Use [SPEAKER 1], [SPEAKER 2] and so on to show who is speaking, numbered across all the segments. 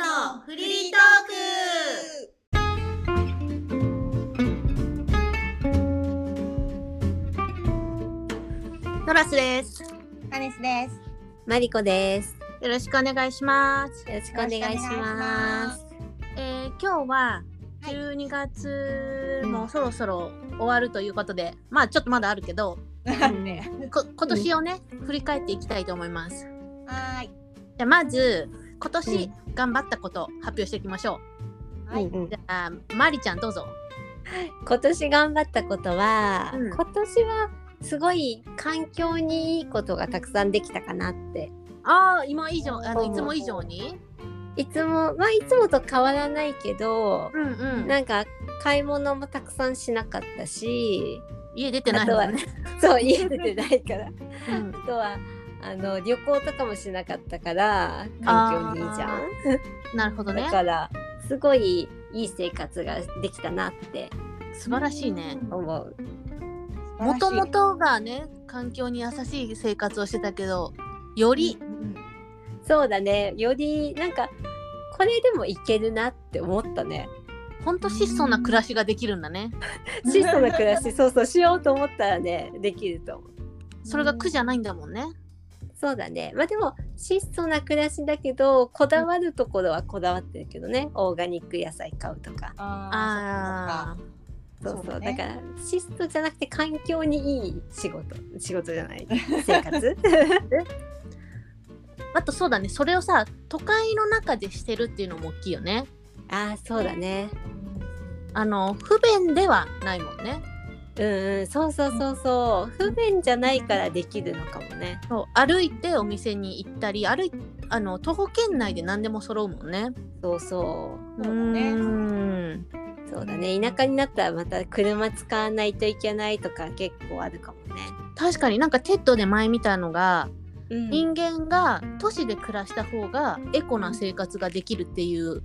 [SPEAKER 1] のフリートーク
[SPEAKER 2] ノラスです。
[SPEAKER 1] カネスです。
[SPEAKER 2] マリコです。
[SPEAKER 1] よろしくお願いします。
[SPEAKER 2] よろしくお願いします。
[SPEAKER 1] えー、今日は
[SPEAKER 2] はい
[SPEAKER 1] 12月もそろそろ終わるということで、まあちょっとまだあるけど、
[SPEAKER 2] ね、。
[SPEAKER 1] こ今年をね、振り返っていきたいと思います。
[SPEAKER 3] はーい。
[SPEAKER 1] じゃあまず、今年頑張ったこと発表していきましょ
[SPEAKER 3] はいう
[SPEAKER 2] んうん
[SPEAKER 1] う。じゃあ、マリちゃんどうぞ。
[SPEAKER 2] 今年頑張ったことは、
[SPEAKER 1] うん
[SPEAKER 2] 今年はすごい環境にいいことがたくさんできたかなって。
[SPEAKER 1] ああ、今以上、あの、
[SPEAKER 2] うん
[SPEAKER 1] いつも以上に
[SPEAKER 2] いつもまあいつもと変わらないけど、
[SPEAKER 1] うんうん。
[SPEAKER 2] なんか買い物もたくさんしなかったし、
[SPEAKER 1] 家出てないもんね。
[SPEAKER 2] そう家出てないから。
[SPEAKER 1] うん
[SPEAKER 2] あとはあの旅行とかもしなかったから環境にいいじゃん。
[SPEAKER 1] なるほどね
[SPEAKER 2] だ。からすごいいい生活ができたなって
[SPEAKER 1] 素晴らしいね。
[SPEAKER 2] 思う。
[SPEAKER 1] もとも
[SPEAKER 3] と、
[SPEAKER 1] とがね環境に優しい生活をしてたけどより
[SPEAKER 2] そうだねよりなんかこれでもいけるなって思った ね
[SPEAKER 1] ほんと質素な暮らしができるんだね
[SPEAKER 2] 質素な暮らしそうそうしようと思ったらねできると思う
[SPEAKER 1] それが苦じゃないんだもんね
[SPEAKER 2] そうだねまあでも質素な暮らしだけどこだわるところはこだわってるけどねオーガニック野菜買うとか
[SPEAKER 3] あ
[SPEAKER 1] あ
[SPEAKER 2] そうそう
[SPEAKER 3] そうだ
[SPEAKER 2] だ,、
[SPEAKER 3] ね
[SPEAKER 2] から質素じゃなくて環境にいい仕事仕事じゃない 生活
[SPEAKER 1] ーあとそうだねそれをさ都会の中でしてるっていうのも大きいよね
[SPEAKER 2] ああそうだね
[SPEAKER 1] あの不便ではないもんね
[SPEAKER 2] うんうんそうそうそうそう不便じゃないからできるのかもね
[SPEAKER 1] そう歩いてお店に行ったり歩いあの徒歩圏内で何でも揃うもんね
[SPEAKER 2] そうそう
[SPEAKER 3] そうだね
[SPEAKER 1] うーん
[SPEAKER 2] そうだね田舎になったらまた車使わないといけないとか結構あるかもね。
[SPEAKER 1] 確かになんかテッドで前見たのが
[SPEAKER 2] うん、
[SPEAKER 1] 人間が都市で暮らした方がエコな生活ができるっていう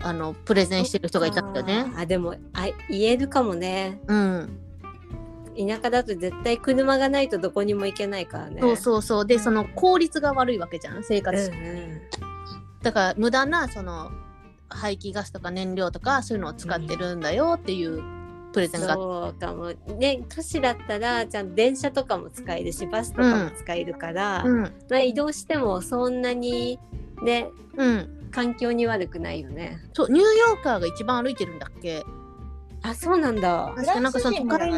[SPEAKER 1] あのプレゼンしてる人がいたんだね。
[SPEAKER 2] あでもあ言えるかもね
[SPEAKER 1] うん、
[SPEAKER 2] 田舎だと絶対車がないとどこにも行けないからね。
[SPEAKER 1] そうそうそうでその効率が悪いわけじゃん生
[SPEAKER 2] うんう
[SPEAKER 1] 活、
[SPEAKER 2] ん
[SPEAKER 1] だから無駄なその排気ガスとか燃料とかそういうのを使ってるんだよっていうプレゼンがあっ
[SPEAKER 2] そうかもね都市だったらちゃんと電車とかも使えるしバスとかも使えるから、
[SPEAKER 1] た。うん
[SPEAKER 2] まあ、移動してもそんなにね
[SPEAKER 1] うん、
[SPEAKER 2] 環境に悪くないよね。
[SPEAKER 1] そうニューヨーカーが一番歩いてるんだっけ
[SPEAKER 2] あそうなんだ。
[SPEAKER 1] 確かになんかその都会に、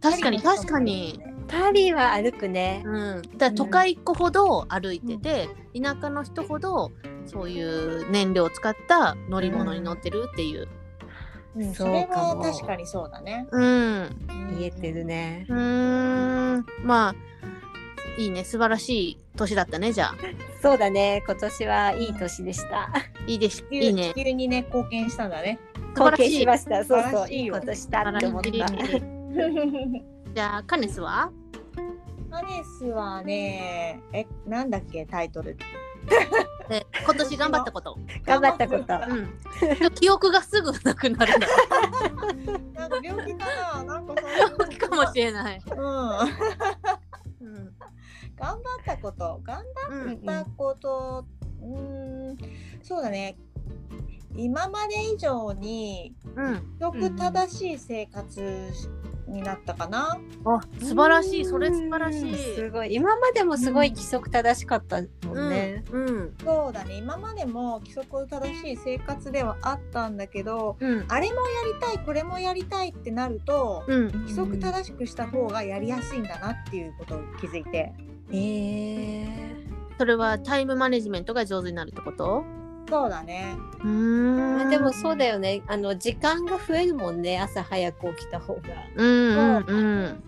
[SPEAKER 1] 確かに確かに。
[SPEAKER 2] パリは歩くね。
[SPEAKER 1] うん、だから都会っ子ほど歩いてて、田舎の人ほどそういう燃料を使った乗り物に乗ってるっていう。
[SPEAKER 3] うん
[SPEAKER 2] そ
[SPEAKER 3] そうれ
[SPEAKER 2] か
[SPEAKER 3] は
[SPEAKER 2] も
[SPEAKER 3] 確かにそうだね。
[SPEAKER 1] うん。う
[SPEAKER 2] 言えてるね。
[SPEAKER 1] ーん。まあ、いいね。素晴らしい年だったね、じゃあ。
[SPEAKER 2] そうだね、今年はいい年でした。
[SPEAKER 1] いいです。
[SPEAKER 3] 地球。
[SPEAKER 1] いいね。
[SPEAKER 3] 地球にね、貢献したんだね。
[SPEAKER 1] 素
[SPEAKER 2] 貢
[SPEAKER 1] 晴らしい
[SPEAKER 2] 献しました。そう
[SPEAKER 3] 素晴
[SPEAKER 2] そ
[SPEAKER 3] ら
[SPEAKER 2] う、
[SPEAKER 3] しい
[SPEAKER 2] いい
[SPEAKER 3] よ
[SPEAKER 2] ことしたって思った。
[SPEAKER 1] じゃあ、カネスは
[SPEAKER 3] ハネスはね、え、なんだっけ、タイトル。
[SPEAKER 1] で今年頑張ったこと。
[SPEAKER 2] 頑張ったこ
[SPEAKER 1] う
[SPEAKER 2] と。
[SPEAKER 1] ん。記憶がすぐなくなるんだ。
[SPEAKER 3] なんか病気かな、なんかそういう
[SPEAKER 1] かもしれない。
[SPEAKER 3] うん。頑張
[SPEAKER 1] うん。
[SPEAKER 3] ったこと、頑
[SPEAKER 1] う
[SPEAKER 3] やっ
[SPEAKER 1] ん。
[SPEAKER 3] たことうーんそうだね今まで以上に
[SPEAKER 1] うん。
[SPEAKER 3] 規則正しい生活になったかな、
[SPEAKER 1] あ、素晴らしい。それ素晴らし
[SPEAKER 2] うん
[SPEAKER 1] い。
[SPEAKER 2] すごい。今までもすごい規則正しかったも
[SPEAKER 1] うんん
[SPEAKER 2] ね。。
[SPEAKER 1] うん。
[SPEAKER 3] そうだね今までも規則正しい生活ではあったんだけど
[SPEAKER 1] うん。
[SPEAKER 3] あれもやりたいこれもやりたいってなると
[SPEAKER 1] うん。
[SPEAKER 3] 規則正しくした方がやりやすいんだなっていうことを気づいて
[SPEAKER 2] え
[SPEAKER 1] それはタイムマネジメントが上手になるってこと
[SPEAKER 3] そうだね
[SPEAKER 1] うー
[SPEAKER 2] ま
[SPEAKER 1] ん。
[SPEAKER 2] あでもそうだよね。あの時間が増えるもんね。朝早く起きた方が。
[SPEAKER 1] うんうんうん。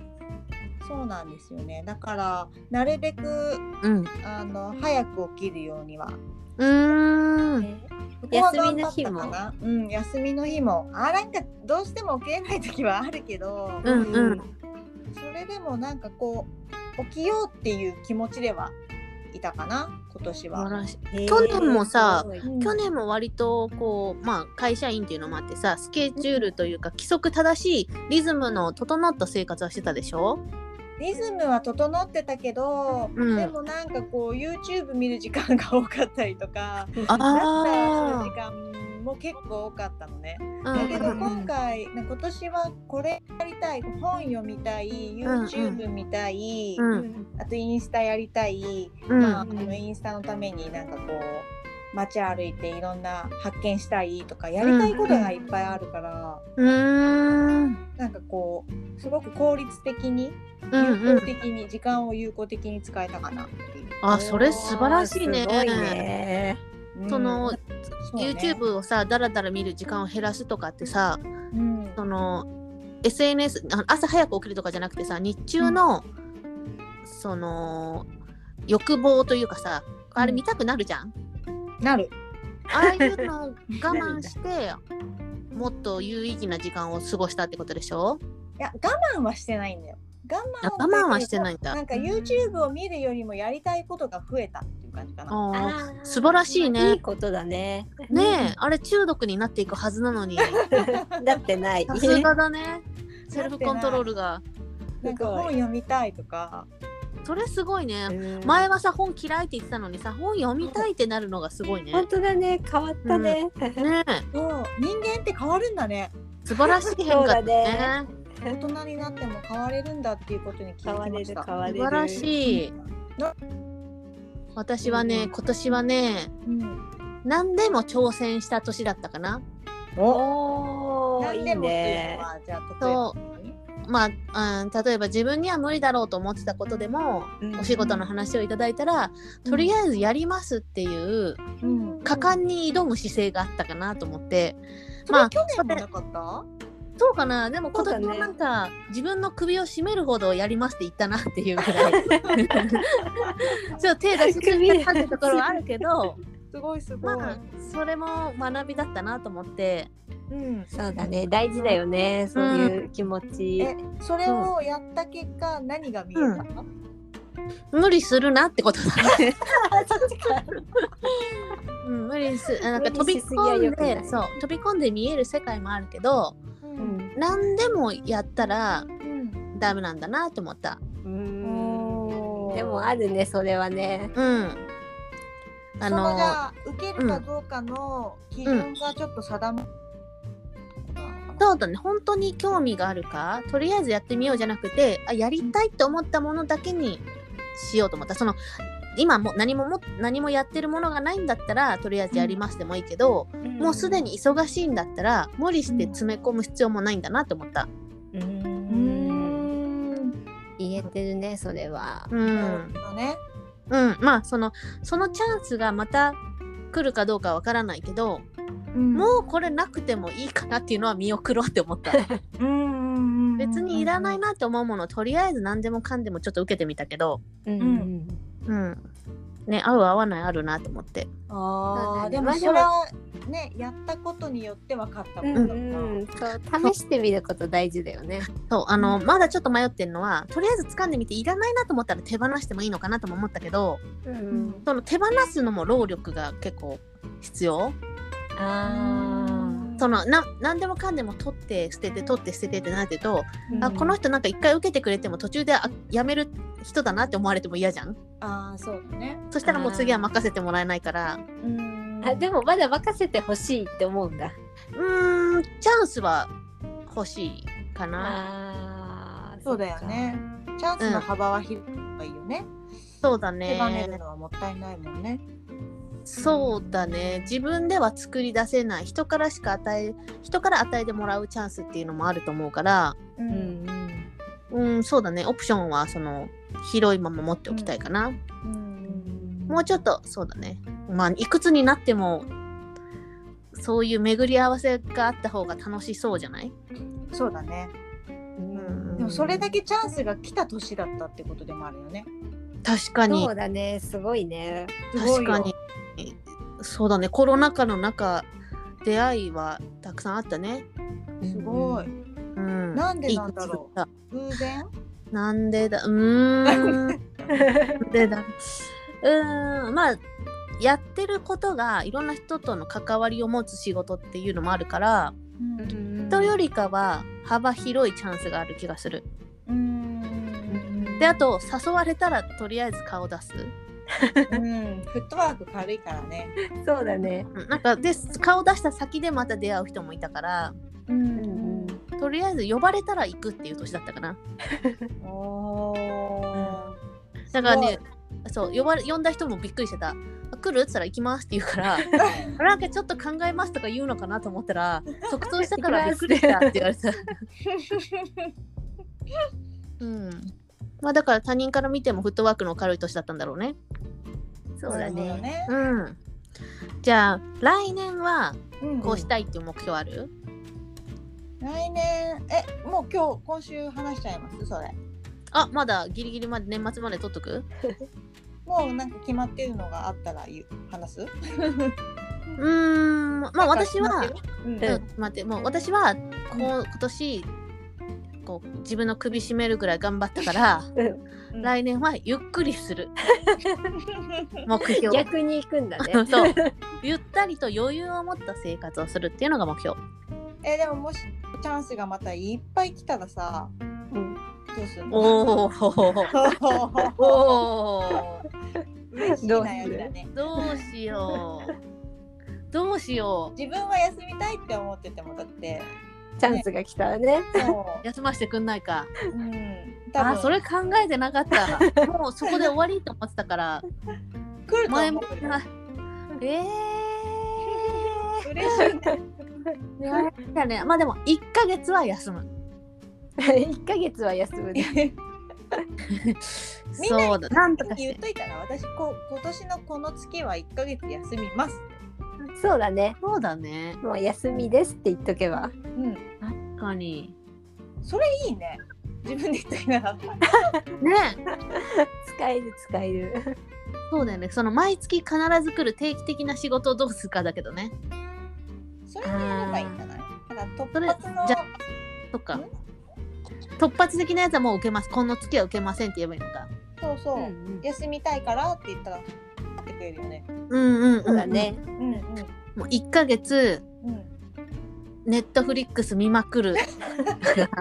[SPEAKER 3] そうなんですよねだからなるべく
[SPEAKER 1] うん。
[SPEAKER 3] あの早く起きるようには
[SPEAKER 1] うーん。
[SPEAKER 2] 休みの日も
[SPEAKER 3] そこは頑張ったかなうん、休みの日もあなんかどうしても起きれない時はあるけど、
[SPEAKER 1] うんうん。
[SPEAKER 3] それでもなんかこう起きようっていう気持ちではいたかな今年
[SPEAKER 1] 素晴
[SPEAKER 3] は。
[SPEAKER 1] らしい
[SPEAKER 2] へー
[SPEAKER 1] 去年もさ
[SPEAKER 2] すごい
[SPEAKER 3] うん
[SPEAKER 1] 去年も割とこう、まあ、会社員っていうのもあってさスケジュールというか規則正しいリズムの整った生活はしてたでしょ
[SPEAKER 3] リズムは整ってたけど、
[SPEAKER 1] うん
[SPEAKER 3] でもなんかこう YouTube 見る時間が多かったりとかラッ
[SPEAKER 1] あ
[SPEAKER 3] ターする時間も結構多かったのね。
[SPEAKER 1] あ
[SPEAKER 3] だけど
[SPEAKER 1] ー、うんうん
[SPEAKER 3] 今回、ね今年はこれやりたい本読みたい YouTube 見たい、
[SPEAKER 1] うん
[SPEAKER 3] あとインスタやりたい、
[SPEAKER 1] うん
[SPEAKER 3] まあ、あのインスタのためになんかこう街歩いていろんな発見したいとかやりたいことがいっぱいあるから、
[SPEAKER 1] うーん
[SPEAKER 3] なんかこうすごく効率的に
[SPEAKER 1] うんう
[SPEAKER 3] 有効
[SPEAKER 1] ん
[SPEAKER 3] 的に、時間を有効的に使えたかなっていう。
[SPEAKER 1] あそれ素晴らしいね
[SPEAKER 2] すごいね。
[SPEAKER 1] その
[SPEAKER 3] うん、そうね
[SPEAKER 1] YouTube をさだらだら見る時間を減らすとかってさ
[SPEAKER 3] うん
[SPEAKER 1] その SNS あの朝早く起きるとかじゃなくてさ日中の、その欲望というかさあれ見たくなるじゃん、
[SPEAKER 3] なる。
[SPEAKER 1] ああいうのを我慢してもっと有意義な時間を過ごしたってことでしょ
[SPEAKER 3] いや我慢はしてないんだよ。我慢。
[SPEAKER 1] あ我慢はしてないいんだ
[SPEAKER 3] なんか YouTube を見るよりもやりたいことが増えたっていう感じかな。
[SPEAKER 1] あー
[SPEAKER 2] あー
[SPEAKER 1] 素晴らしいね
[SPEAKER 2] いいことだね。
[SPEAKER 1] ねえあれ中毒になっていくはずなのに
[SPEAKER 2] だってない。
[SPEAKER 1] さすがだねセルフコントロールが
[SPEAKER 3] なんか本読みたいとか。
[SPEAKER 1] それすごいね
[SPEAKER 2] うん
[SPEAKER 1] 前はさ本嫌いって言ってたのにさ本読みたいってなるのがすごい ね
[SPEAKER 2] 本当だね。変わったね。
[SPEAKER 1] ねえ
[SPEAKER 3] そう人間って変わるんだね。
[SPEAKER 1] 素晴らしい変化だ
[SPEAKER 2] そうだ
[SPEAKER 1] ね
[SPEAKER 3] 大人になっても変われるんだっていうことに気
[SPEAKER 2] 変
[SPEAKER 3] づ
[SPEAKER 2] わ
[SPEAKER 3] き
[SPEAKER 2] れる
[SPEAKER 3] ま
[SPEAKER 2] 変
[SPEAKER 3] した。
[SPEAKER 2] われ
[SPEAKER 1] 素
[SPEAKER 2] る。
[SPEAKER 1] 晴らしい
[SPEAKER 3] な
[SPEAKER 1] 私はね今年はね
[SPEAKER 3] うん。
[SPEAKER 1] 何でも挑戦した年だったかな
[SPEAKER 3] お。
[SPEAKER 2] おおい
[SPEAKER 3] 何
[SPEAKER 2] い
[SPEAKER 3] でもっていう
[SPEAKER 2] ね
[SPEAKER 3] の。はじゃあ例えば
[SPEAKER 1] そうまあ、うん、例えば自分には無理だろうと思ってたことでも、
[SPEAKER 2] うん
[SPEAKER 1] お仕事の話をいただいたら、とりあえずやりますっていう
[SPEAKER 3] 何うん。
[SPEAKER 1] 果敢に挑む姿勢があったかなと思って、
[SPEAKER 3] そ
[SPEAKER 1] まあ
[SPEAKER 3] れ去年もなかった？
[SPEAKER 1] そうかなでも
[SPEAKER 2] そ
[SPEAKER 1] 今
[SPEAKER 2] うだ
[SPEAKER 1] 年
[SPEAKER 2] ね
[SPEAKER 1] はなんか、自分の首を絞めるほどやりますって言ったなっていうぐら いちょっと手出しすぎたってところはあるけど
[SPEAKER 3] すごいすごい。
[SPEAKER 1] まあそれも学びだったなと思って
[SPEAKER 3] うん。
[SPEAKER 2] そうだね。大事だよね。そういう気持ち。
[SPEAKER 3] え、それをやった結果何が見えた？
[SPEAKER 1] 無理するなってことだ、
[SPEAKER 2] そっちか。
[SPEAKER 1] うん、無理すなんか飛
[SPEAKER 2] 無
[SPEAKER 1] び
[SPEAKER 2] 理しすぎは
[SPEAKER 1] 込
[SPEAKER 2] 良
[SPEAKER 1] ん
[SPEAKER 2] くない
[SPEAKER 1] でそう飛び込んで見える世界もあるけど
[SPEAKER 3] う
[SPEAKER 2] う。ん
[SPEAKER 1] 何でもやったら
[SPEAKER 3] うん。
[SPEAKER 1] ダメなんだなと思った。
[SPEAKER 3] おー
[SPEAKER 2] でもあるね。それはね。
[SPEAKER 1] うん。あ
[SPEAKER 3] そのじ
[SPEAKER 1] の
[SPEAKER 3] ゃあ受けるかどうかの基準がちょっと定まったのかな
[SPEAKER 1] そうだね本当に興味があるかとりあえずやってみようじゃなくてあやりたいって思ったものだけにしようと思ったその今もう何もも何もやってるものがないんだったらとりあえずやりますでもいいけど、もうすでに忙しいんだったら無理して詰め込む必要もないんだなと思った。
[SPEAKER 2] う
[SPEAKER 3] うー
[SPEAKER 2] ん。
[SPEAKER 3] ん。
[SPEAKER 2] 言えてるね。それは。
[SPEAKER 1] う
[SPEAKER 3] なる
[SPEAKER 1] ん、
[SPEAKER 3] ほどね。
[SPEAKER 1] うん、まあそのそのチャンスがまた来るかどうかわからないけど、
[SPEAKER 3] も
[SPEAKER 1] もうこれなくてもいいかなっていうのは見送ろうって思った。
[SPEAKER 3] うん
[SPEAKER 1] 別にいらない。なって思うものとりあえず何でもかんでもちょっと受けてみたけど、
[SPEAKER 2] う
[SPEAKER 3] うん。
[SPEAKER 1] うん、ね合う合わないあるなと思って
[SPEAKER 3] あ
[SPEAKER 2] そ
[SPEAKER 3] あ、
[SPEAKER 2] うだよね
[SPEAKER 3] で
[SPEAKER 2] ま
[SPEAKER 3] も
[SPEAKER 2] あ
[SPEAKER 3] そ
[SPEAKER 2] で
[SPEAKER 3] れ
[SPEAKER 2] も
[SPEAKER 3] はね、やったことによって分かったことだから。
[SPEAKER 2] うん、そう試してみること大事だよね。
[SPEAKER 1] そうあの、
[SPEAKER 3] うん
[SPEAKER 1] まだちょっと迷ってるのはとりあえず掴んでみていらないなと思ったら手放してもいいのかなとも思ったけど
[SPEAKER 2] う
[SPEAKER 3] うんん
[SPEAKER 1] その手放すのも労力が結構必要
[SPEAKER 2] あ
[SPEAKER 1] そのな何でもかんでも取って捨てて取って捨ててってなってると、
[SPEAKER 2] うん
[SPEAKER 1] あこの人なんか一回受けてくれても途中であやめる人だなって思われても嫌じゃん
[SPEAKER 3] ああ、そうだね。
[SPEAKER 1] そしたらもう次は任せてもらえないから
[SPEAKER 3] うん
[SPEAKER 2] ーあでもまだ任せてほしいって思うんだ。
[SPEAKER 1] うーんチャンスは欲しいかな。
[SPEAKER 2] あー
[SPEAKER 3] そうだよ。ね。チャンスの幅は広い方がいいよね。
[SPEAKER 1] そうだ
[SPEAKER 3] 手放れる
[SPEAKER 1] ね。
[SPEAKER 3] のはもったいないもんね。
[SPEAKER 1] そうだね。自分では作り出せない人からしか与え人から与えてもらうチャンスっていうのもあると思うから、
[SPEAKER 3] う
[SPEAKER 2] そっかうん
[SPEAKER 1] うんそうだね。オプションはその広いまま持っておきたいかな。
[SPEAKER 3] うん
[SPEAKER 1] もうちょっとそうだね。まあいくつになってもそういう巡り合わせがあった方が楽しそうじゃない？
[SPEAKER 3] そうだね。
[SPEAKER 1] ん
[SPEAKER 3] でもそれだけチャンスが来た年だったってことでもあるよね。
[SPEAKER 1] 確かに
[SPEAKER 2] そうだね、すごいね。
[SPEAKER 3] すごい
[SPEAKER 1] 確
[SPEAKER 3] よ
[SPEAKER 1] かに。そうだね。コロナ禍の中出会いはたくさんあったね。
[SPEAKER 3] すごい。
[SPEAKER 1] うん。
[SPEAKER 3] なんでなんだろう
[SPEAKER 1] いいことだ
[SPEAKER 3] 偶然
[SPEAKER 1] なんでだうーんなんでだうーんまあやってることがいろんな人との関わりを持つ仕事っていうのもあるから人よりかは幅広いチャンスがある気がする。
[SPEAKER 3] うん。
[SPEAKER 1] であと誘われたらとりあえず顔出す、
[SPEAKER 3] うん、フットワーク軽いからね。
[SPEAKER 2] そうだね。
[SPEAKER 1] うんなんかで顔出した先でまた出会う人もいたから
[SPEAKER 2] う
[SPEAKER 3] う
[SPEAKER 2] んうん。
[SPEAKER 1] とりあえず呼ばれたら行くっていう年だったかな
[SPEAKER 3] おー
[SPEAKER 1] だからねそう呼ばれ呼んだ人もびっくりしてた「来る?」っつったら「行きます」って言うから 「なんかちょっと考えます」とか言うのかなと思った ら「即答したからびっくりした」って言われた。 うんまあだから他人から見てもフットワークの軽い年だったんだろうね。
[SPEAKER 2] そうだ
[SPEAKER 3] なるほど
[SPEAKER 2] ね。
[SPEAKER 3] ね。
[SPEAKER 1] うん。じゃあ来年は
[SPEAKER 3] うん
[SPEAKER 1] こうしたいっていう目標ある、
[SPEAKER 3] 来年えもう今日今週話しちゃいますそれ。
[SPEAKER 1] あまだギリギリまで年末まで取っとく
[SPEAKER 3] もうなんか決まってるのがあったら言う話す。
[SPEAKER 1] うーんまあ私は、
[SPEAKER 3] うん
[SPEAKER 1] うん、待ってもう私はこう今年こう自分の首絞めるぐらい頑張ったから
[SPEAKER 2] うん
[SPEAKER 3] うん
[SPEAKER 1] 来年はゆっくりする目標
[SPEAKER 2] 逆に行くんだね。
[SPEAKER 1] そうゆったりと余裕を持った生活をするっていうのが目標
[SPEAKER 3] えでももしチャンスがまたいっぱい来たらさ
[SPEAKER 2] うん
[SPEAKER 3] どうするの？
[SPEAKER 1] おー おー
[SPEAKER 3] 嬉しい悩みだね。
[SPEAKER 1] どうしようどうしよ
[SPEAKER 3] 自分は休みたいって思っててもだって
[SPEAKER 2] チャンスが来たらね。
[SPEAKER 3] そう
[SPEAKER 1] 休ませてくんないか
[SPEAKER 3] う、うん、多
[SPEAKER 1] あ
[SPEAKER 3] 分
[SPEAKER 1] それ考えてなかったもうそこで終わりと思ってたから
[SPEAKER 3] 来ると
[SPEAKER 1] 前
[SPEAKER 3] 思
[SPEAKER 1] も
[SPEAKER 3] う
[SPEAKER 1] って
[SPEAKER 3] よ
[SPEAKER 1] ないえ
[SPEAKER 3] 嬉しいね。
[SPEAKER 1] ー、やだねまあでも1ヶ月は休む
[SPEAKER 2] 一ヶ月は休むね。
[SPEAKER 3] みんな
[SPEAKER 1] そうだなんとかし
[SPEAKER 3] 言ってといたら私こ今年のこの月は1ヶ月休みます。
[SPEAKER 2] そうだね。
[SPEAKER 1] そうだね
[SPEAKER 2] もう休みですって言っとけば。
[SPEAKER 3] うん、
[SPEAKER 1] 確かに
[SPEAKER 3] それいいね。自分で言っといたら。
[SPEAKER 1] ね
[SPEAKER 2] 使える使える。
[SPEAKER 1] そうだよねその毎月必ず来る定期的な仕事をどうするかだけどね
[SPEAKER 3] それでやればいいんじゃないだから突発の
[SPEAKER 1] それじゃそっか
[SPEAKER 3] ん
[SPEAKER 1] 突発的なやつはもう受けますこの月は受けませんって言えばいいのか
[SPEAKER 3] そうそう、
[SPEAKER 2] うん
[SPEAKER 3] 休みたいからって言ったらやってくれるよね。
[SPEAKER 1] うんうんうん
[SPEAKER 2] そうだね。
[SPEAKER 3] うんうん
[SPEAKER 1] もう1ヶ月
[SPEAKER 3] うん。
[SPEAKER 1] ネットフリックス見まくる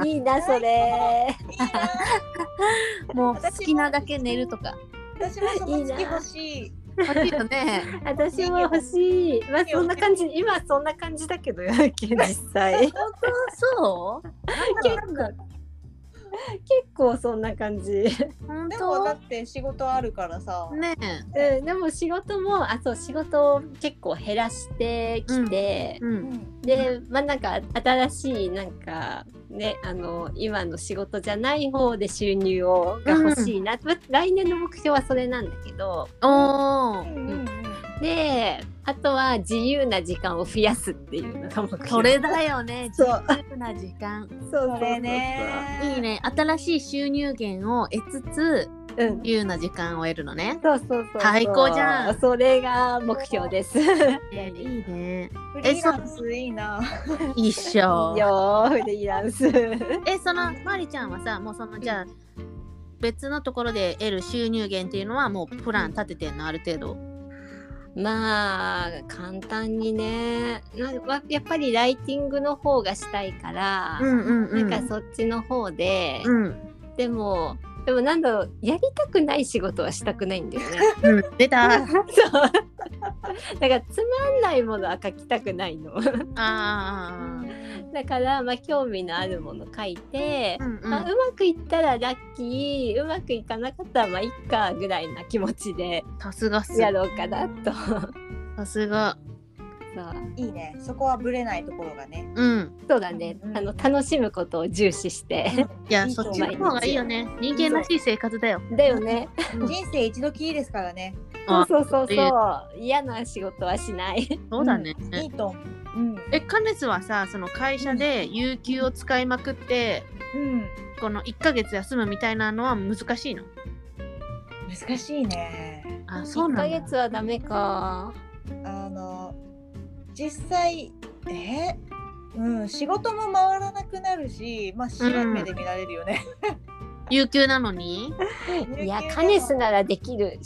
[SPEAKER 2] いいなそれ。
[SPEAKER 3] いいな。
[SPEAKER 1] もう好きなだけ寝るとか
[SPEAKER 3] 私もその
[SPEAKER 2] いいな
[SPEAKER 3] 月欲しい。
[SPEAKER 1] 欲しいよね
[SPEAKER 2] 私も欲しい。まあそんな感じ。今そんな感じだけどよ、実際。
[SPEAKER 1] 本当そう
[SPEAKER 2] 結構結構そんな感じ。
[SPEAKER 1] 本
[SPEAKER 3] でもだ
[SPEAKER 1] 当
[SPEAKER 3] って仕事あるからさ。
[SPEAKER 1] ね
[SPEAKER 2] うん、でも仕事もあそう仕事を結構減らしてきて、
[SPEAKER 1] う
[SPEAKER 3] うんん。
[SPEAKER 2] でまあなんか新しいなんかねあの今の仕事じゃない方で収入をが欲しいな、ま来年の目標はそれなんだけど
[SPEAKER 1] お
[SPEAKER 3] う
[SPEAKER 1] ー
[SPEAKER 3] んうんうん。
[SPEAKER 2] であとは自由な時間を増やすっていうのが目標
[SPEAKER 1] それだよね自
[SPEAKER 2] そう
[SPEAKER 1] 由な時間
[SPEAKER 2] そうそう
[SPEAKER 3] それね。
[SPEAKER 1] いい。ね新しい収入源を得つつ
[SPEAKER 2] そううん
[SPEAKER 1] 自由な時間を得るのね
[SPEAKER 2] そうそうそうそう
[SPEAKER 1] 最高じゃん
[SPEAKER 2] それが目標ですい
[SPEAKER 1] いいね
[SPEAKER 3] フリーランスいいな。
[SPEAKER 1] 一
[SPEAKER 2] い
[SPEAKER 1] 生
[SPEAKER 2] よフリーランス
[SPEAKER 1] えそのまりちゃんはさもうそのじゃあ別のところで得る収入源っていうのはもうプラン立ててんのある程度
[SPEAKER 2] まあ簡単にねなんかやっぱりライティングの方がしたいから、
[SPEAKER 1] んうん
[SPEAKER 2] なんかそっちの方で、
[SPEAKER 1] うん、
[SPEAKER 2] でもでもなんだろうやりたくない仕事はしたくないんだよね。
[SPEAKER 1] うん、出た
[SPEAKER 2] そう だからつまんないものは書きたくないの。
[SPEAKER 1] あー
[SPEAKER 2] だから、まあ、興味のあるもの書いて、
[SPEAKER 1] うんう
[SPEAKER 2] うまあ、
[SPEAKER 1] ん
[SPEAKER 2] うまくいったらラッキーうまくいかなかったらまあいっかぐらいな気持ちで
[SPEAKER 1] さすがっす
[SPEAKER 2] やろうかなと。
[SPEAKER 1] さすが
[SPEAKER 2] そう
[SPEAKER 3] いいね。そこはブレないところがね。
[SPEAKER 1] うん
[SPEAKER 2] そうだね、
[SPEAKER 3] うん
[SPEAKER 2] あの楽しむことを重視して。
[SPEAKER 1] いや
[SPEAKER 3] いいと
[SPEAKER 1] そっ
[SPEAKER 3] 思
[SPEAKER 1] ち
[SPEAKER 3] い
[SPEAKER 1] の方
[SPEAKER 3] ます
[SPEAKER 1] がいいよね人間らしい生活だよ
[SPEAKER 2] だよね。
[SPEAKER 3] 人生一度きりですからね。
[SPEAKER 2] そ
[SPEAKER 1] あ
[SPEAKER 2] うそうそう
[SPEAKER 1] いいね
[SPEAKER 2] そう。嫌な仕事はしない。
[SPEAKER 1] そうだね、
[SPEAKER 3] いいと思う。うん。
[SPEAKER 1] えカネスはさその会社で有給を使いまくって
[SPEAKER 3] うん。
[SPEAKER 1] この1ヶ月休むみたいなのは難しいの
[SPEAKER 3] 難しいね。
[SPEAKER 1] あそ
[SPEAKER 2] 一
[SPEAKER 1] うな
[SPEAKER 2] ヶ
[SPEAKER 1] んだ
[SPEAKER 2] 月はダメか。
[SPEAKER 3] あの実際えうん仕事も回らなくなるしまあ白い目で見られるよね。
[SPEAKER 1] 有給なのに
[SPEAKER 2] いやカネスならできる。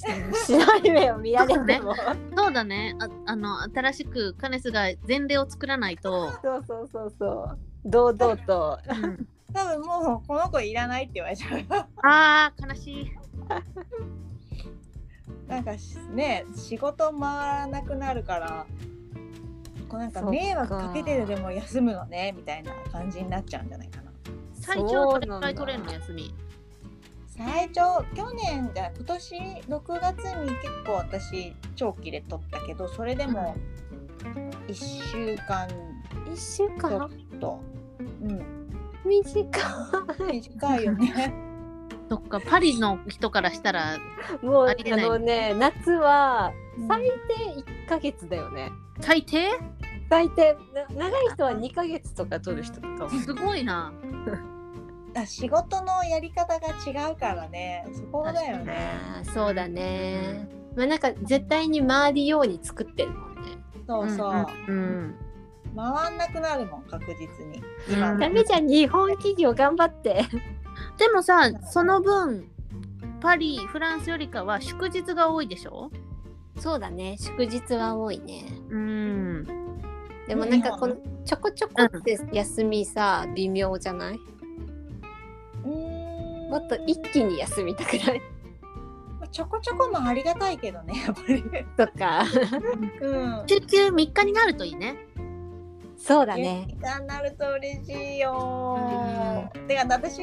[SPEAKER 2] 白い目を見られても。
[SPEAKER 1] そうだねああの新しくカネスが前例を作らないと、
[SPEAKER 2] そうそうそうそう。堂々と
[SPEAKER 1] うん
[SPEAKER 3] 多分もうこの子いらないって言われちゃう
[SPEAKER 1] あー悲しい。
[SPEAKER 3] なんかしね仕事回らなくなるからこうなんか迷惑かけてでも休むのねみたいな感じになっちゃうんじゃないかな
[SPEAKER 1] 最長どれ
[SPEAKER 2] そうなん
[SPEAKER 1] くら
[SPEAKER 2] だ
[SPEAKER 1] い取れるの休み。
[SPEAKER 3] 最長去年じゃ今年6月に結構私長期で取ったけどそれでも1週間
[SPEAKER 2] 一週
[SPEAKER 3] ち
[SPEAKER 2] 間
[SPEAKER 3] ょっと、うん、
[SPEAKER 2] 短い。
[SPEAKER 3] 短いよね
[SPEAKER 1] そっか、パリの人からしたら、
[SPEAKER 2] もう
[SPEAKER 1] ありえ
[SPEAKER 2] あ
[SPEAKER 1] ない
[SPEAKER 2] のね夏は
[SPEAKER 3] 最
[SPEAKER 2] 最低一ヶ月だよね。
[SPEAKER 1] 最低
[SPEAKER 2] 最低な長い人は二ヶ月とか取る人とかも。
[SPEAKER 1] すごいな。
[SPEAKER 3] あ仕事のやり方が違うからねそこだよね
[SPEAKER 2] ああそうだね。まあなんか絶対に回るように作ってるもんね。
[SPEAKER 3] そうそう、
[SPEAKER 1] うんうん
[SPEAKER 3] 回んなくなるもん確実に
[SPEAKER 1] うん
[SPEAKER 3] 今
[SPEAKER 2] ダメじゃん日本企業頑張って。
[SPEAKER 1] でもさ、その分、パリ、フランスよりかは祝日が多いでしょ
[SPEAKER 2] そうだね祝日は多いね。
[SPEAKER 1] うん。
[SPEAKER 2] でもなんか
[SPEAKER 3] うん
[SPEAKER 2] このちょこちょこって休みさ微妙じゃない？
[SPEAKER 3] うーん
[SPEAKER 2] もっと一気に休みたくない
[SPEAKER 3] ちょこちょこもありがたいけどねやっぱり
[SPEAKER 2] とか。
[SPEAKER 3] うん
[SPEAKER 1] 週休3日になるといいね。
[SPEAKER 2] そうだね。
[SPEAKER 3] ね時間になると嬉しいよてか私と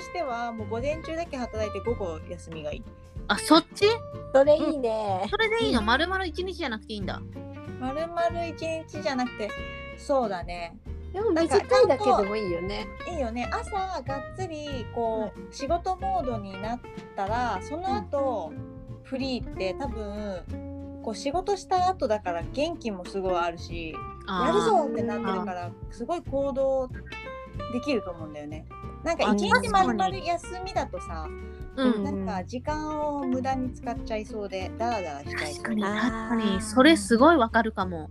[SPEAKER 3] してはもう午前中だけ働いて午後休みがいい
[SPEAKER 1] あ、そっち
[SPEAKER 2] それいいね。
[SPEAKER 1] それでいいの丸々1日じゃなくていいんだ。
[SPEAKER 3] まるまる一日じゃなくてそうだね
[SPEAKER 2] でも
[SPEAKER 3] なん
[SPEAKER 2] 短
[SPEAKER 3] か
[SPEAKER 2] いだけでもいいよね。
[SPEAKER 3] いいよね朝がっつりこう、仕事モードになったらその後、フリーって多分こう仕事した後だから元気もすごいあるしやるぞってなってるからすごい行動できると思うんだよね。なんか
[SPEAKER 1] あ
[SPEAKER 3] 一日まるま
[SPEAKER 1] 確か
[SPEAKER 3] る休みだとさ、
[SPEAKER 1] らうん。
[SPEAKER 3] なんか時間を無駄に使っちゃいそうでダラダラしちゃい
[SPEAKER 1] 確
[SPEAKER 3] そ
[SPEAKER 1] か
[SPEAKER 3] う
[SPEAKER 1] に、
[SPEAKER 2] あー
[SPEAKER 1] 確かに。それすごいわかるかも。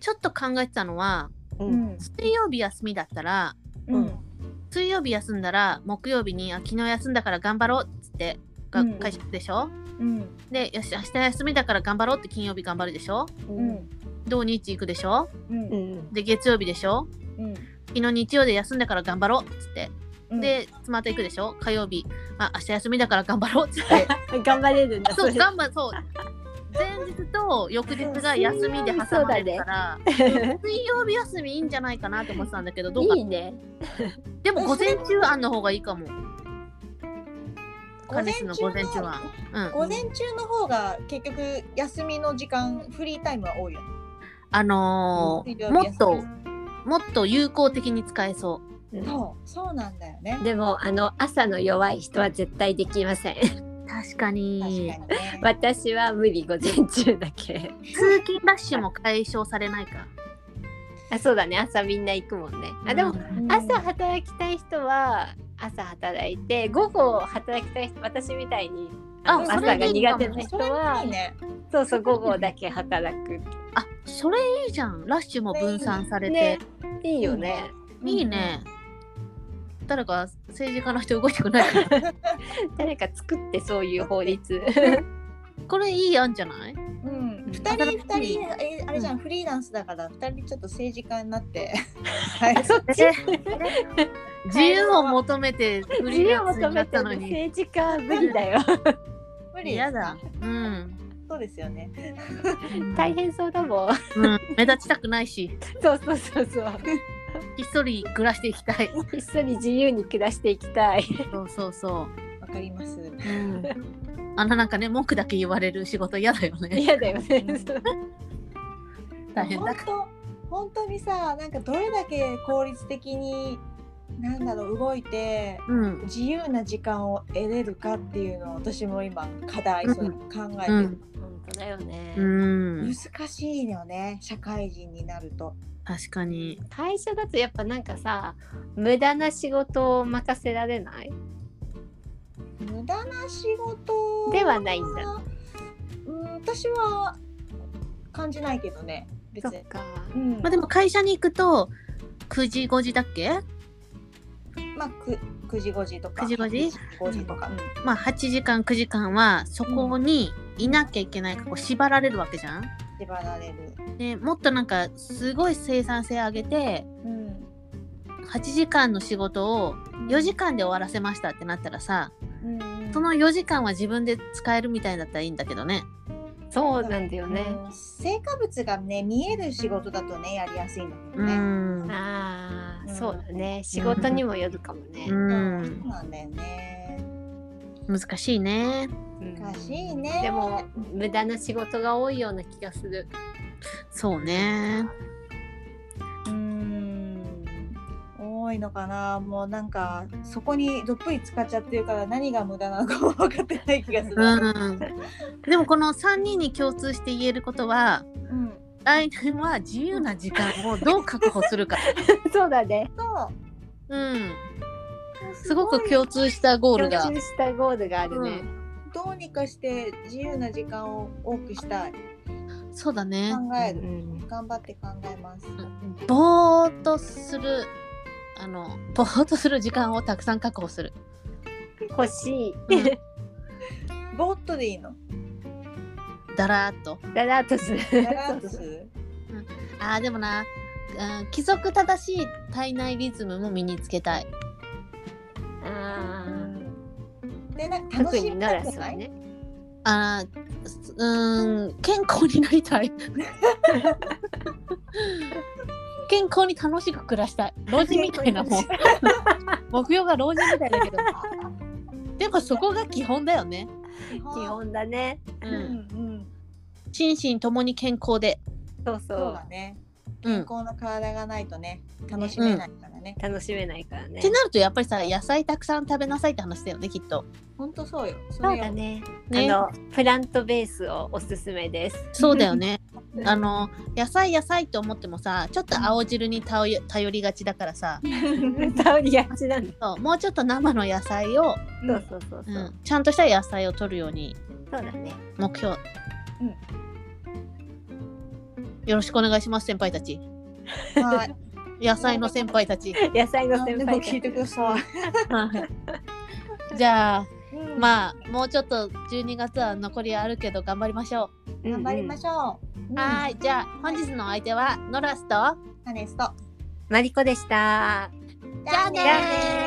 [SPEAKER 1] ちょっと考えてたのは、
[SPEAKER 2] う。
[SPEAKER 3] うんん
[SPEAKER 1] 水曜日休みだったら、
[SPEAKER 3] うん
[SPEAKER 1] 水曜日休んだら木曜日にあ昨日休んだから頑張ろうっつってが
[SPEAKER 3] うん
[SPEAKER 1] 会社行くでしょ、
[SPEAKER 3] うん
[SPEAKER 1] でよし明日休みだから頑張ろうって金曜日頑張るでしょ
[SPEAKER 3] うんうん
[SPEAKER 1] 土日行くでしょ
[SPEAKER 3] うん
[SPEAKER 2] うん。
[SPEAKER 1] で月曜日でしょ
[SPEAKER 3] うん
[SPEAKER 1] 昨日日曜で休んだから頑張ろうっつって、
[SPEAKER 3] うん
[SPEAKER 1] でまた行くでしょ火曜日あ明日休みだから頑張ろうっつって
[SPEAKER 2] 頑張れるんだ。
[SPEAKER 1] そう
[SPEAKER 2] れ
[SPEAKER 1] 頑張るそう前日と翌日が休みで挟まれるから、水曜日休みいいんじゃないかなと思ってたんだけどどうかない
[SPEAKER 2] いね。
[SPEAKER 1] でも午前中あんの方がいいかも
[SPEAKER 3] 午前
[SPEAKER 1] 彼
[SPEAKER 3] 中
[SPEAKER 1] 氏の
[SPEAKER 3] の
[SPEAKER 1] 午前中はうん
[SPEAKER 3] 午前中の方が結局休みの時間フリータイムは多いよね。
[SPEAKER 1] あのー
[SPEAKER 3] 水曜日
[SPEAKER 1] も
[SPEAKER 3] 休
[SPEAKER 1] っ
[SPEAKER 3] み
[SPEAKER 1] ともっと有効的に使えそ
[SPEAKER 3] そうそうなんだよね。
[SPEAKER 2] でもあの朝の弱い人は絶対できません。
[SPEAKER 1] う確か
[SPEAKER 3] 確かに
[SPEAKER 1] に
[SPEAKER 3] ね。
[SPEAKER 2] 私は無理午前中だけ。
[SPEAKER 1] 通勤ラッシュも解消されないか
[SPEAKER 2] あそうだね朝みんな行くもんね。あでも、
[SPEAKER 1] うん
[SPEAKER 2] 朝働きたい人は朝働いて午後働きたい人私みたいにあの
[SPEAKER 1] あそ
[SPEAKER 2] 朝
[SPEAKER 1] れ
[SPEAKER 2] が
[SPEAKER 1] いいか
[SPEAKER 2] 苦
[SPEAKER 1] も
[SPEAKER 2] 手な人
[SPEAKER 3] それも
[SPEAKER 2] はい
[SPEAKER 3] いね。
[SPEAKER 2] そうそう午後だけ働く。
[SPEAKER 1] あそれいいじゃんラッシュも分散されて、
[SPEAKER 2] ねいいよね。
[SPEAKER 1] いいね、誰か政治家の人動いてくないかな
[SPEAKER 2] 誰か作ってそういう法律。
[SPEAKER 1] これいい案じゃない
[SPEAKER 3] うん。うん
[SPEAKER 2] うん
[SPEAKER 3] 二人
[SPEAKER 1] 新しい
[SPEAKER 3] 二人えあれじゃん、フリーランスだから二人ちょっと政治家に なって。はい。
[SPEAKER 2] そっち
[SPEAKER 1] 自由を求めて売
[SPEAKER 2] 自
[SPEAKER 1] り
[SPEAKER 2] 由を
[SPEAKER 1] やす
[SPEAKER 2] 求
[SPEAKER 1] に
[SPEAKER 2] め
[SPEAKER 1] なってた
[SPEAKER 2] る
[SPEAKER 1] のに
[SPEAKER 2] 政治家無理だよ。
[SPEAKER 3] 無理
[SPEAKER 1] 嫌だ。うん、
[SPEAKER 3] そうですよね。
[SPEAKER 2] 大変そうだもん。
[SPEAKER 1] うん、目立ちたくないし
[SPEAKER 2] そうそうそうそう。
[SPEAKER 1] ひっそり暮らしていきたい
[SPEAKER 2] ひっそり自由に暮らしていきたい。
[SPEAKER 1] そうそうそう
[SPEAKER 3] わかります。
[SPEAKER 1] うんあのなんかね文句だけ言われる仕事嫌だよね
[SPEAKER 2] 嫌だよね。
[SPEAKER 1] 大変だ
[SPEAKER 3] 本当本当にさなんかどれだけ効率的になんだろう動いて
[SPEAKER 1] うん
[SPEAKER 3] 自由な時間を得れるかっていうのを私も今課題、
[SPEAKER 1] うん
[SPEAKER 3] そう考え
[SPEAKER 1] う
[SPEAKER 3] てる、
[SPEAKER 1] ん、
[SPEAKER 2] 本当だよね。
[SPEAKER 1] うん、
[SPEAKER 3] 難しいよね社会人になると。
[SPEAKER 1] 確かに
[SPEAKER 2] 会社だとやっぱなんかさ無駄な仕事を任せられない
[SPEAKER 3] 無駄な仕事
[SPEAKER 2] ではないんだ。
[SPEAKER 3] うん私は感じないけどね別
[SPEAKER 2] そ
[SPEAKER 3] に
[SPEAKER 2] っ。か
[SPEAKER 3] うん、
[SPEAKER 1] まあでも会社に行くと9時5時だっけ
[SPEAKER 3] まあ、く9時5時とか
[SPEAKER 1] 9時5時
[SPEAKER 3] ,5 時とか、
[SPEAKER 1] まあ8時間9時間はそこにいなきゃいけないからこう縛られるわけじゃん。
[SPEAKER 3] 縛られる、
[SPEAKER 1] でもっとなんかすごい生産性上げて
[SPEAKER 3] うん、
[SPEAKER 1] 8時間の仕事を4時間で終わらせましたってなったらさ
[SPEAKER 3] うん
[SPEAKER 1] その4時間は自分で使えるみたいだったらいいんだけどね。
[SPEAKER 2] そうなんだよね。
[SPEAKER 3] うん成果物がね見える仕事だとねやりやすいんだけ
[SPEAKER 1] う
[SPEAKER 3] どね。
[SPEAKER 1] ん
[SPEAKER 2] ああ、そうだね。仕事にもよるかもね
[SPEAKER 1] う。
[SPEAKER 3] うん
[SPEAKER 1] ん
[SPEAKER 3] そうなんだよね。
[SPEAKER 1] 難しいね。
[SPEAKER 2] うん
[SPEAKER 3] 難しいね
[SPEAKER 2] でも無駄な仕事が多いような気がする。
[SPEAKER 1] そうね。
[SPEAKER 3] うーん多いのかなもうなんかそこにどっぷり使っちゃってるから何が無駄なのかも分かってない気がする。
[SPEAKER 1] うん。でもこの3人に共通して言えることは
[SPEAKER 3] うん
[SPEAKER 1] 来年は自由な時間をどう確保するか。
[SPEAKER 2] そうだね。
[SPEAKER 3] と
[SPEAKER 1] うん。すごく共通したゴール
[SPEAKER 2] 共
[SPEAKER 1] が
[SPEAKER 2] 通。したゴールがあるね。
[SPEAKER 3] どうにかして自由な時間を多くしたい
[SPEAKER 1] そうだね。
[SPEAKER 3] 考える、
[SPEAKER 2] うん
[SPEAKER 3] 頑張って考えます。
[SPEAKER 1] ぼーっとする。あの、ぼーっとする時間をたくさん確保する。
[SPEAKER 2] 欲しい。
[SPEAKER 3] ボーっとでいいの。
[SPEAKER 1] だらーっと。
[SPEAKER 2] だらっとする。
[SPEAKER 3] やらんとする。
[SPEAKER 1] あーでもな、うん、規則正しい体内リズムも身につけたい。
[SPEAKER 2] あ
[SPEAKER 3] う
[SPEAKER 2] ー
[SPEAKER 3] んでなんか楽
[SPEAKER 2] 特
[SPEAKER 3] し
[SPEAKER 2] に
[SPEAKER 3] み
[SPEAKER 2] な
[SPEAKER 3] た
[SPEAKER 2] ら
[SPEAKER 3] く
[SPEAKER 2] そう
[SPEAKER 3] ない。
[SPEAKER 2] ね。
[SPEAKER 1] あーすうーん、健康になり たい。健康に楽しく暮らしたい。老人みたいな もん。目標が老人みたいだけど。でもそこが基本だよね。
[SPEAKER 3] 基
[SPEAKER 2] 基本だね。
[SPEAKER 1] う。
[SPEAKER 3] うんうんん
[SPEAKER 1] 心身ともに健康で。
[SPEAKER 2] そうそ
[SPEAKER 3] そう
[SPEAKER 2] う
[SPEAKER 3] だ。ね。
[SPEAKER 1] う
[SPEAKER 3] 健
[SPEAKER 1] ん。
[SPEAKER 3] 康な体がないとね楽しめないからね。
[SPEAKER 2] 楽しめないからね
[SPEAKER 1] って。なるとやっぱりさ野菜たくさん食べなさいって話だよねきっと。
[SPEAKER 3] 本当そうよ。そ
[SPEAKER 2] そう
[SPEAKER 3] れよ。
[SPEAKER 2] だ。ね。
[SPEAKER 1] ね
[SPEAKER 2] あのプラントベースをおすすめです。
[SPEAKER 1] そうだよねあの野菜野菜と思ってもさちょっと青汁に頼り頼りがちだからさ
[SPEAKER 2] 頼りがちなんだ。
[SPEAKER 1] そうもうちょっと生の野菜
[SPEAKER 2] そ
[SPEAKER 1] を、
[SPEAKER 2] うそうそう
[SPEAKER 1] う
[SPEAKER 2] そう。
[SPEAKER 1] ん、ちゃんとした野菜を取るように
[SPEAKER 2] そうだね。
[SPEAKER 1] 目標。よろしくお願いします先輩たち
[SPEAKER 3] はい。
[SPEAKER 1] 野菜の先輩た ち
[SPEAKER 2] 野菜の
[SPEAKER 3] 何
[SPEAKER 2] 先
[SPEAKER 3] でも
[SPEAKER 2] 輩
[SPEAKER 3] 聞いて
[SPEAKER 2] たち
[SPEAKER 3] ください。
[SPEAKER 1] はいじゃあ
[SPEAKER 3] あ
[SPEAKER 1] まあもうちょっと12月は残りあるけど頑張りましょ
[SPEAKER 3] 頑張りま
[SPEAKER 2] ょ
[SPEAKER 3] しょう。
[SPEAKER 1] う。はいじゃあ本日のお相手はノラスと
[SPEAKER 3] うん。ハネスト。
[SPEAKER 2] うん。マリコでした。
[SPEAKER 1] じゃあねー
[SPEAKER 2] じゃあねー